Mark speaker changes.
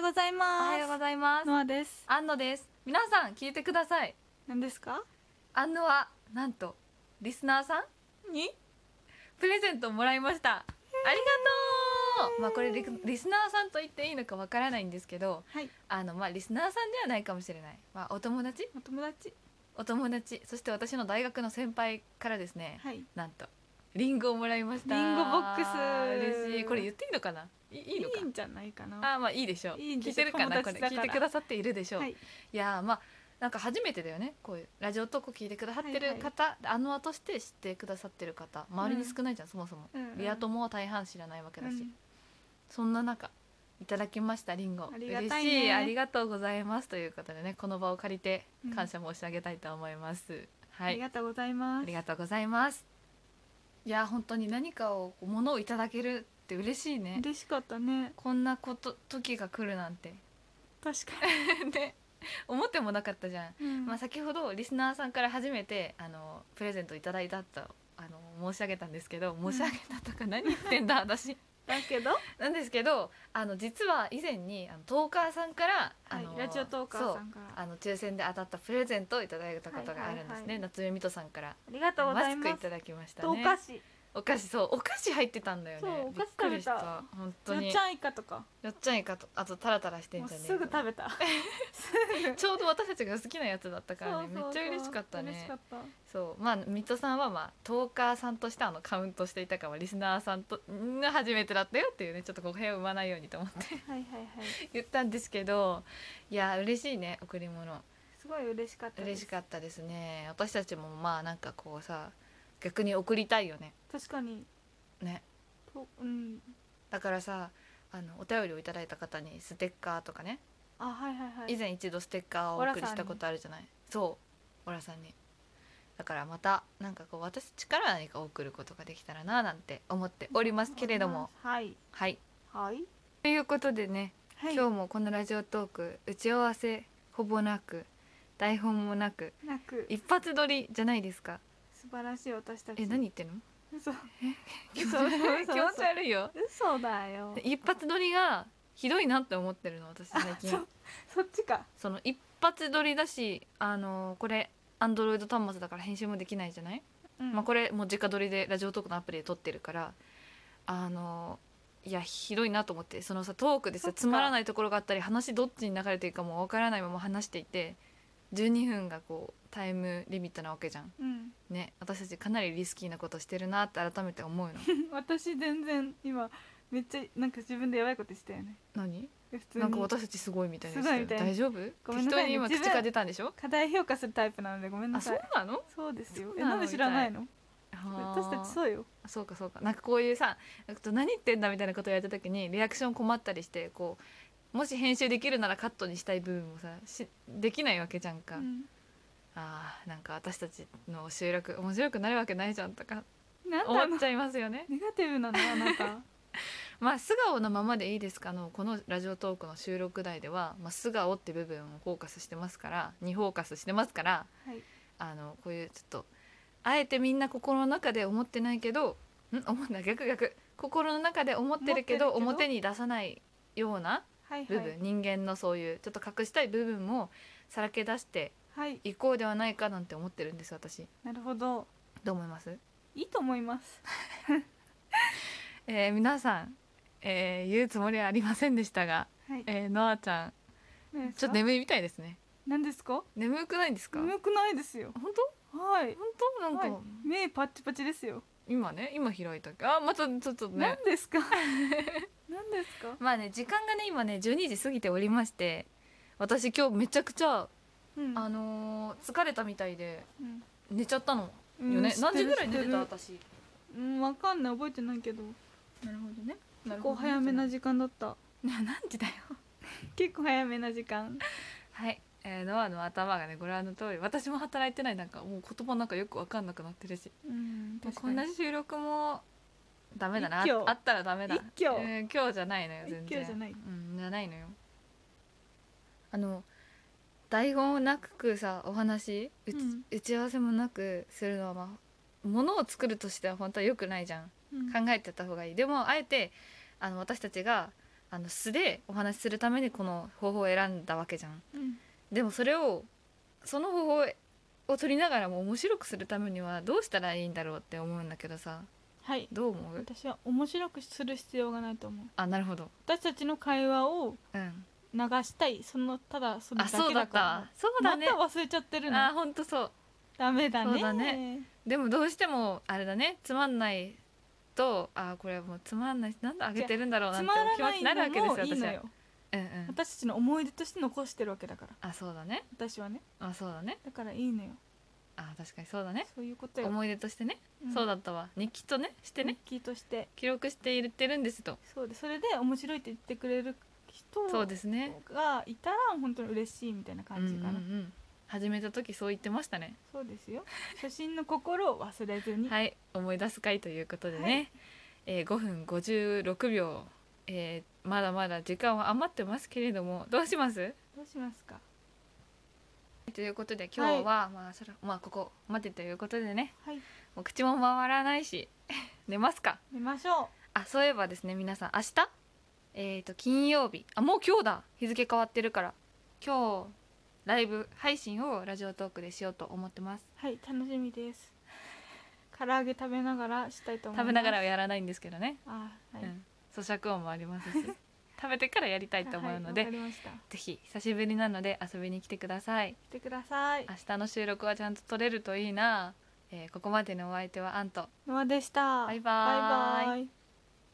Speaker 1: ござい
Speaker 2: お
Speaker 1: ます
Speaker 2: はようございます
Speaker 1: ノアです
Speaker 2: 安野です皆さん聞いてください
Speaker 1: 何ですか
Speaker 2: 安野はなんとリスナーさん
Speaker 1: に
Speaker 2: プレゼントをもらいましたありがとうまあこれリクリスナーさんと言っていいのかわからないんですけど
Speaker 1: はい
Speaker 2: あのまあリスナーさんではないかもしれないまあお友達
Speaker 1: お友達
Speaker 2: お友達そして私の大学の先輩からですね
Speaker 1: はい
Speaker 2: なんとリンゴをもらいました
Speaker 1: リンゴボックス
Speaker 2: 嬉しいこれ言っていいのかないいいのか
Speaker 1: んじゃないかな
Speaker 2: あーまあいいでしょう
Speaker 1: いいん
Speaker 2: 聞
Speaker 1: で
Speaker 2: い
Speaker 1: しょ
Speaker 2: てるかな
Speaker 1: 友
Speaker 2: こ
Speaker 1: 達
Speaker 2: れ
Speaker 1: だ
Speaker 2: 聞
Speaker 1: から
Speaker 2: いてくださっているでしょう、、
Speaker 1: はいい
Speaker 2: やーまあなんか初めてだよねこういうラジオトーク聞いてくださってる方、あの輪として知ってくださってる方周りに少ないじゃん、そもそも、
Speaker 1: うんうん
Speaker 2: リア友は大半知らないわけだし、
Speaker 1: うん
Speaker 2: そんな中いただきましたリンゴ
Speaker 1: ありがたいね
Speaker 2: 嬉しいありがとうございますということでねこの場を借りて感謝申し上げたいと思います、は
Speaker 1: あ
Speaker 2: い
Speaker 1: りがとうございま
Speaker 2: あ
Speaker 1: す
Speaker 2: りがとうございます。いや本当に何かを物をいただけるって嬉しいね。
Speaker 1: 嬉しかったね
Speaker 2: こんなこと時が来るなん て
Speaker 1: 確か
Speaker 2: ね思ってもなかったじゃん。
Speaker 1: に、うん
Speaker 2: まあ先ほどリスナーさんから初めてあのプレゼントいただいたとあの申し上げたんですけど
Speaker 1: ん
Speaker 2: 申し上げたとか何言ってん だ私。
Speaker 1: だけど
Speaker 2: なんですけどあの実は以前にあのトーカーさんからあ
Speaker 1: はい
Speaker 2: の、
Speaker 1: ラジオトーカーさんから
Speaker 2: そう
Speaker 1: あ
Speaker 2: あの抽選で当たったプレゼントをいただいたことがあるんです
Speaker 1: は
Speaker 2: ね。
Speaker 1: いはいはい
Speaker 2: 夏目みとさんから
Speaker 1: りがとうござ
Speaker 2: マ
Speaker 1: い
Speaker 2: スクい
Speaker 1: ます
Speaker 2: ただきましたね。
Speaker 1: とお菓子
Speaker 2: お菓子そうお菓子入ってたんだよね
Speaker 1: そうお菓子
Speaker 2: びっくり
Speaker 1: 食べ
Speaker 2: した本当に
Speaker 1: よっちゃんイカとか
Speaker 2: よっちゃんいかとあとタラタラして
Speaker 1: も
Speaker 2: ん
Speaker 1: う
Speaker 2: じゃねえ
Speaker 1: すぐ食べた
Speaker 2: べちょうど私たちが好きなやつだったからね
Speaker 1: そうそうそう
Speaker 2: めっちゃ嬉しかったね
Speaker 1: 嬉しかった
Speaker 2: そうまあミッドさんはまあトーカーさんとしてあのカウントしていたかはリスナーさんとんが初めてだったよっていうねちょっと語弊を生まないようにと思って
Speaker 1: はいはいはい
Speaker 2: 言ったんですけ どいや嬉しいね贈り物
Speaker 1: すごい嬉しかったです
Speaker 2: 嬉しかったですね私たちもまあなんかこうさ逆に贈りたいよね
Speaker 1: 確かに
Speaker 2: ね
Speaker 1: とうん
Speaker 2: だからさあのお便りをいただいた方にステッカーとかね、
Speaker 1: あはいはいはい
Speaker 2: 以前一度ステッカーをお送りしたことあるじゃないそうオラさんにだからまたなんかこう私たちから何か送ることができたらななんて思っておりますけれども
Speaker 1: はい
Speaker 2: はい
Speaker 1: はい
Speaker 2: ということでね、
Speaker 1: はい
Speaker 2: 今日もこのラジオトーク打ち合わせほぼなく台本もなく
Speaker 1: なく
Speaker 2: 一発撮りじゃないですか
Speaker 1: 素晴らしい私たち
Speaker 2: え何言ってんの
Speaker 1: 嘘
Speaker 2: 気持ち
Speaker 1: そうそうそう
Speaker 2: 悪いよ
Speaker 1: 嘘だよ
Speaker 2: 一発撮りがひどいなって思ってるの私最近
Speaker 1: そそっちか
Speaker 2: その一発撮りだしあのこれアンドロイド端末だから編集もできないじゃない、まあ、これもう直撮りでラジオトークのアプリで撮ってるからあのいやひどいなと思ってそのさトークで
Speaker 1: そ
Speaker 2: さ
Speaker 1: っか
Speaker 2: つまらないところがあったり話どっちに流れていくかもわからないまま話していて12分がこうタイムリミットなわけじゃん
Speaker 1: れうん
Speaker 2: ね私たちかなりリスキーなことしてるなって改めて思う の
Speaker 1: 私全然今めっちゃなんか自分でやばいことしたよね
Speaker 2: 何
Speaker 1: 普通に
Speaker 2: なんか私たちすごいみたいな
Speaker 1: すごいみたいな
Speaker 2: 大丈夫
Speaker 1: ごめん
Speaker 2: 適
Speaker 1: な
Speaker 2: 当
Speaker 1: さいね
Speaker 2: に今口
Speaker 1: 自分
Speaker 2: が出たんでしょ
Speaker 1: 過大評価するタイプなのでごめん
Speaker 2: あ
Speaker 1: な
Speaker 2: そ
Speaker 1: さ
Speaker 2: う
Speaker 1: い
Speaker 2: なの
Speaker 1: そうですよ
Speaker 2: そう
Speaker 1: え
Speaker 2: なの
Speaker 1: なんで知らないの私
Speaker 2: 私
Speaker 1: たちそうよ
Speaker 2: あそうかそうかなんかこういうさなんか何言ってんだみたいなことをやった時にリアクション困ったりしてこうもし編集できるならカットにしたい部分もさしできないわけじゃんか、
Speaker 1: うん
Speaker 2: あーなんか私たちの収録面白くなるわけないじゃんとか
Speaker 1: なんだ
Speaker 2: 思
Speaker 1: の
Speaker 2: っちゃいますよね
Speaker 1: ネガティブなのあ なた
Speaker 2: まあ素顔のままでいいですかのこのラジオトークの収録台では、まあ、素顔って部分をフォーカスしてますからにフォーカスしてますから
Speaker 1: はい
Speaker 2: あのこういうちょっとあえてみんな心の中で思ってないけどん思んない逆逆心の中で思ってるけど
Speaker 1: 思って
Speaker 2: 表
Speaker 1: る
Speaker 2: に出さないような
Speaker 1: はい
Speaker 2: 部
Speaker 1: は
Speaker 2: 分、
Speaker 1: い
Speaker 2: 人間のそういうちょっと隠したい部分もさらけ出して
Speaker 1: はい
Speaker 2: いこうではないかなんて思ってるんです私
Speaker 1: なるほど
Speaker 2: どう思います、
Speaker 1: いいと思います
Speaker 2: えー皆さん、えー言うつもりはありませんでしたが、
Speaker 1: はい
Speaker 2: えー、ノアちゃん
Speaker 1: 何です
Speaker 2: ちょ
Speaker 1: か
Speaker 2: っと眠いみたいですね
Speaker 1: 何ですか
Speaker 2: 眠くないんですか本
Speaker 1: 眠くないですよ
Speaker 2: 当
Speaker 1: はい
Speaker 2: 本当なんか、
Speaker 1: はい目パッチパチですよ
Speaker 2: 今ね今開いたあまたちょっとね
Speaker 1: 何ですか 何ですか
Speaker 2: まあね時間がね今ね12時過ぎておりまして私今日めちゃくちゃ、
Speaker 1: うん
Speaker 2: あのー疲れたみたいで
Speaker 1: うん
Speaker 2: 寝ちゃったのよ
Speaker 1: うん
Speaker 2: ね
Speaker 1: 知、ってる
Speaker 2: 何時ぐらい寝
Speaker 1: 知
Speaker 2: て
Speaker 1: ってる
Speaker 2: た私
Speaker 1: うんわかんない覚えてないけど
Speaker 2: なるほどね
Speaker 1: 結構早めな
Speaker 2: 時
Speaker 1: 時間だった
Speaker 2: 何時だよ
Speaker 1: 結構早めな時間
Speaker 2: はい、えーノアの頭がねご覧の通り私も働いてないなんかもう言葉なんかよく分かんなくなってるし
Speaker 1: うん
Speaker 2: もうこんな収録もダメだな
Speaker 1: 一挙
Speaker 2: あったらダメだ
Speaker 1: 一挙
Speaker 2: うん今日じゃないのよ全然
Speaker 1: 一挙じゃない
Speaker 2: うん、じゃないのよあの台本をなくさお話うち、
Speaker 1: うん
Speaker 2: 打ち合わせもなくするのはまあものを作るとしては本当は良くないじゃん、
Speaker 1: うん
Speaker 2: 考えてた方がいいでもあえてあの私たちがあの素でお話しするためにこの方法を選んだわけじゃん。
Speaker 1: うん
Speaker 2: でもそれをその方法を取りながらも面白くするためにはどうしたらいいんだろうって思うんだけどさ
Speaker 1: はい
Speaker 2: どう思う
Speaker 1: 私は面白くする必要がないと思う
Speaker 2: あなるほど
Speaker 1: 私たちの会話を
Speaker 2: うん
Speaker 1: 流したいそのただその
Speaker 2: あ
Speaker 1: だけ
Speaker 2: そうだ
Speaker 1: だ
Speaker 2: っ
Speaker 1: から
Speaker 2: たそうだね、
Speaker 1: また忘れちゃってるの
Speaker 2: あほんとそう
Speaker 1: ダメだね
Speaker 2: そうだねでもどうしてもあれだねつまんないとあこれはもうつまんないなんであげてるんだろうな
Speaker 1: つ
Speaker 2: んて
Speaker 1: まら
Speaker 2: お気持
Speaker 1: な
Speaker 2: ち
Speaker 1: い
Speaker 2: になるわけ
Speaker 1: のもいい
Speaker 2: ですよ私
Speaker 1: の
Speaker 2: は
Speaker 1: よ
Speaker 2: うんうん
Speaker 1: 私たちの思い出として残してるわけだから
Speaker 2: あそうだね
Speaker 1: 私はね
Speaker 2: あそうだね
Speaker 1: だからいいのよ
Speaker 2: あ確かにそうだね
Speaker 1: そういうことよ、
Speaker 2: 思い出としてね、そう
Speaker 1: だっ
Speaker 2: だったわ日記とねしてね
Speaker 1: キーとして
Speaker 2: 記録して入れてるんですと
Speaker 1: そうでそれで面白いって言ってくれる人
Speaker 2: そうですね
Speaker 1: がいたら本当に嬉しいみたいな感じかな、
Speaker 2: うんうんうん始めた時そう言ってましたね
Speaker 1: そうですよ初心の心を忘れずにはい、
Speaker 2: はい思い出す会ということでね、
Speaker 1: はい
Speaker 2: えー5分56秒、えーまだまだ時間は余ってますけれどもどうします
Speaker 1: どうしますか
Speaker 2: ということで今日は、まあそらまあここ待てということでね
Speaker 1: はい
Speaker 2: もう口も回らないし 寝ますか
Speaker 1: 寝ましょ
Speaker 2: あそういえばですね皆さん明日えっ、と金曜日あもう今日だ日付変わってるから今日ライブ配信をラジオトークでしようと思ってます
Speaker 1: うはい楽しみです唐揚げ食べながらしたいと思います
Speaker 2: 食べながらはやらないんですけどね
Speaker 1: あはい、
Speaker 2: うん、咀嚼音もありますし 食べてからやりたいと思うので、
Speaker 1: はい、わかりました
Speaker 2: ぜひ久しぶりなので遊びに来てください
Speaker 1: 来てください
Speaker 2: 明日の収録はちゃんと撮れるといいな、えーここまでのお相手はアンと
Speaker 1: ノアでした
Speaker 2: バイバーイ
Speaker 1: バイバイ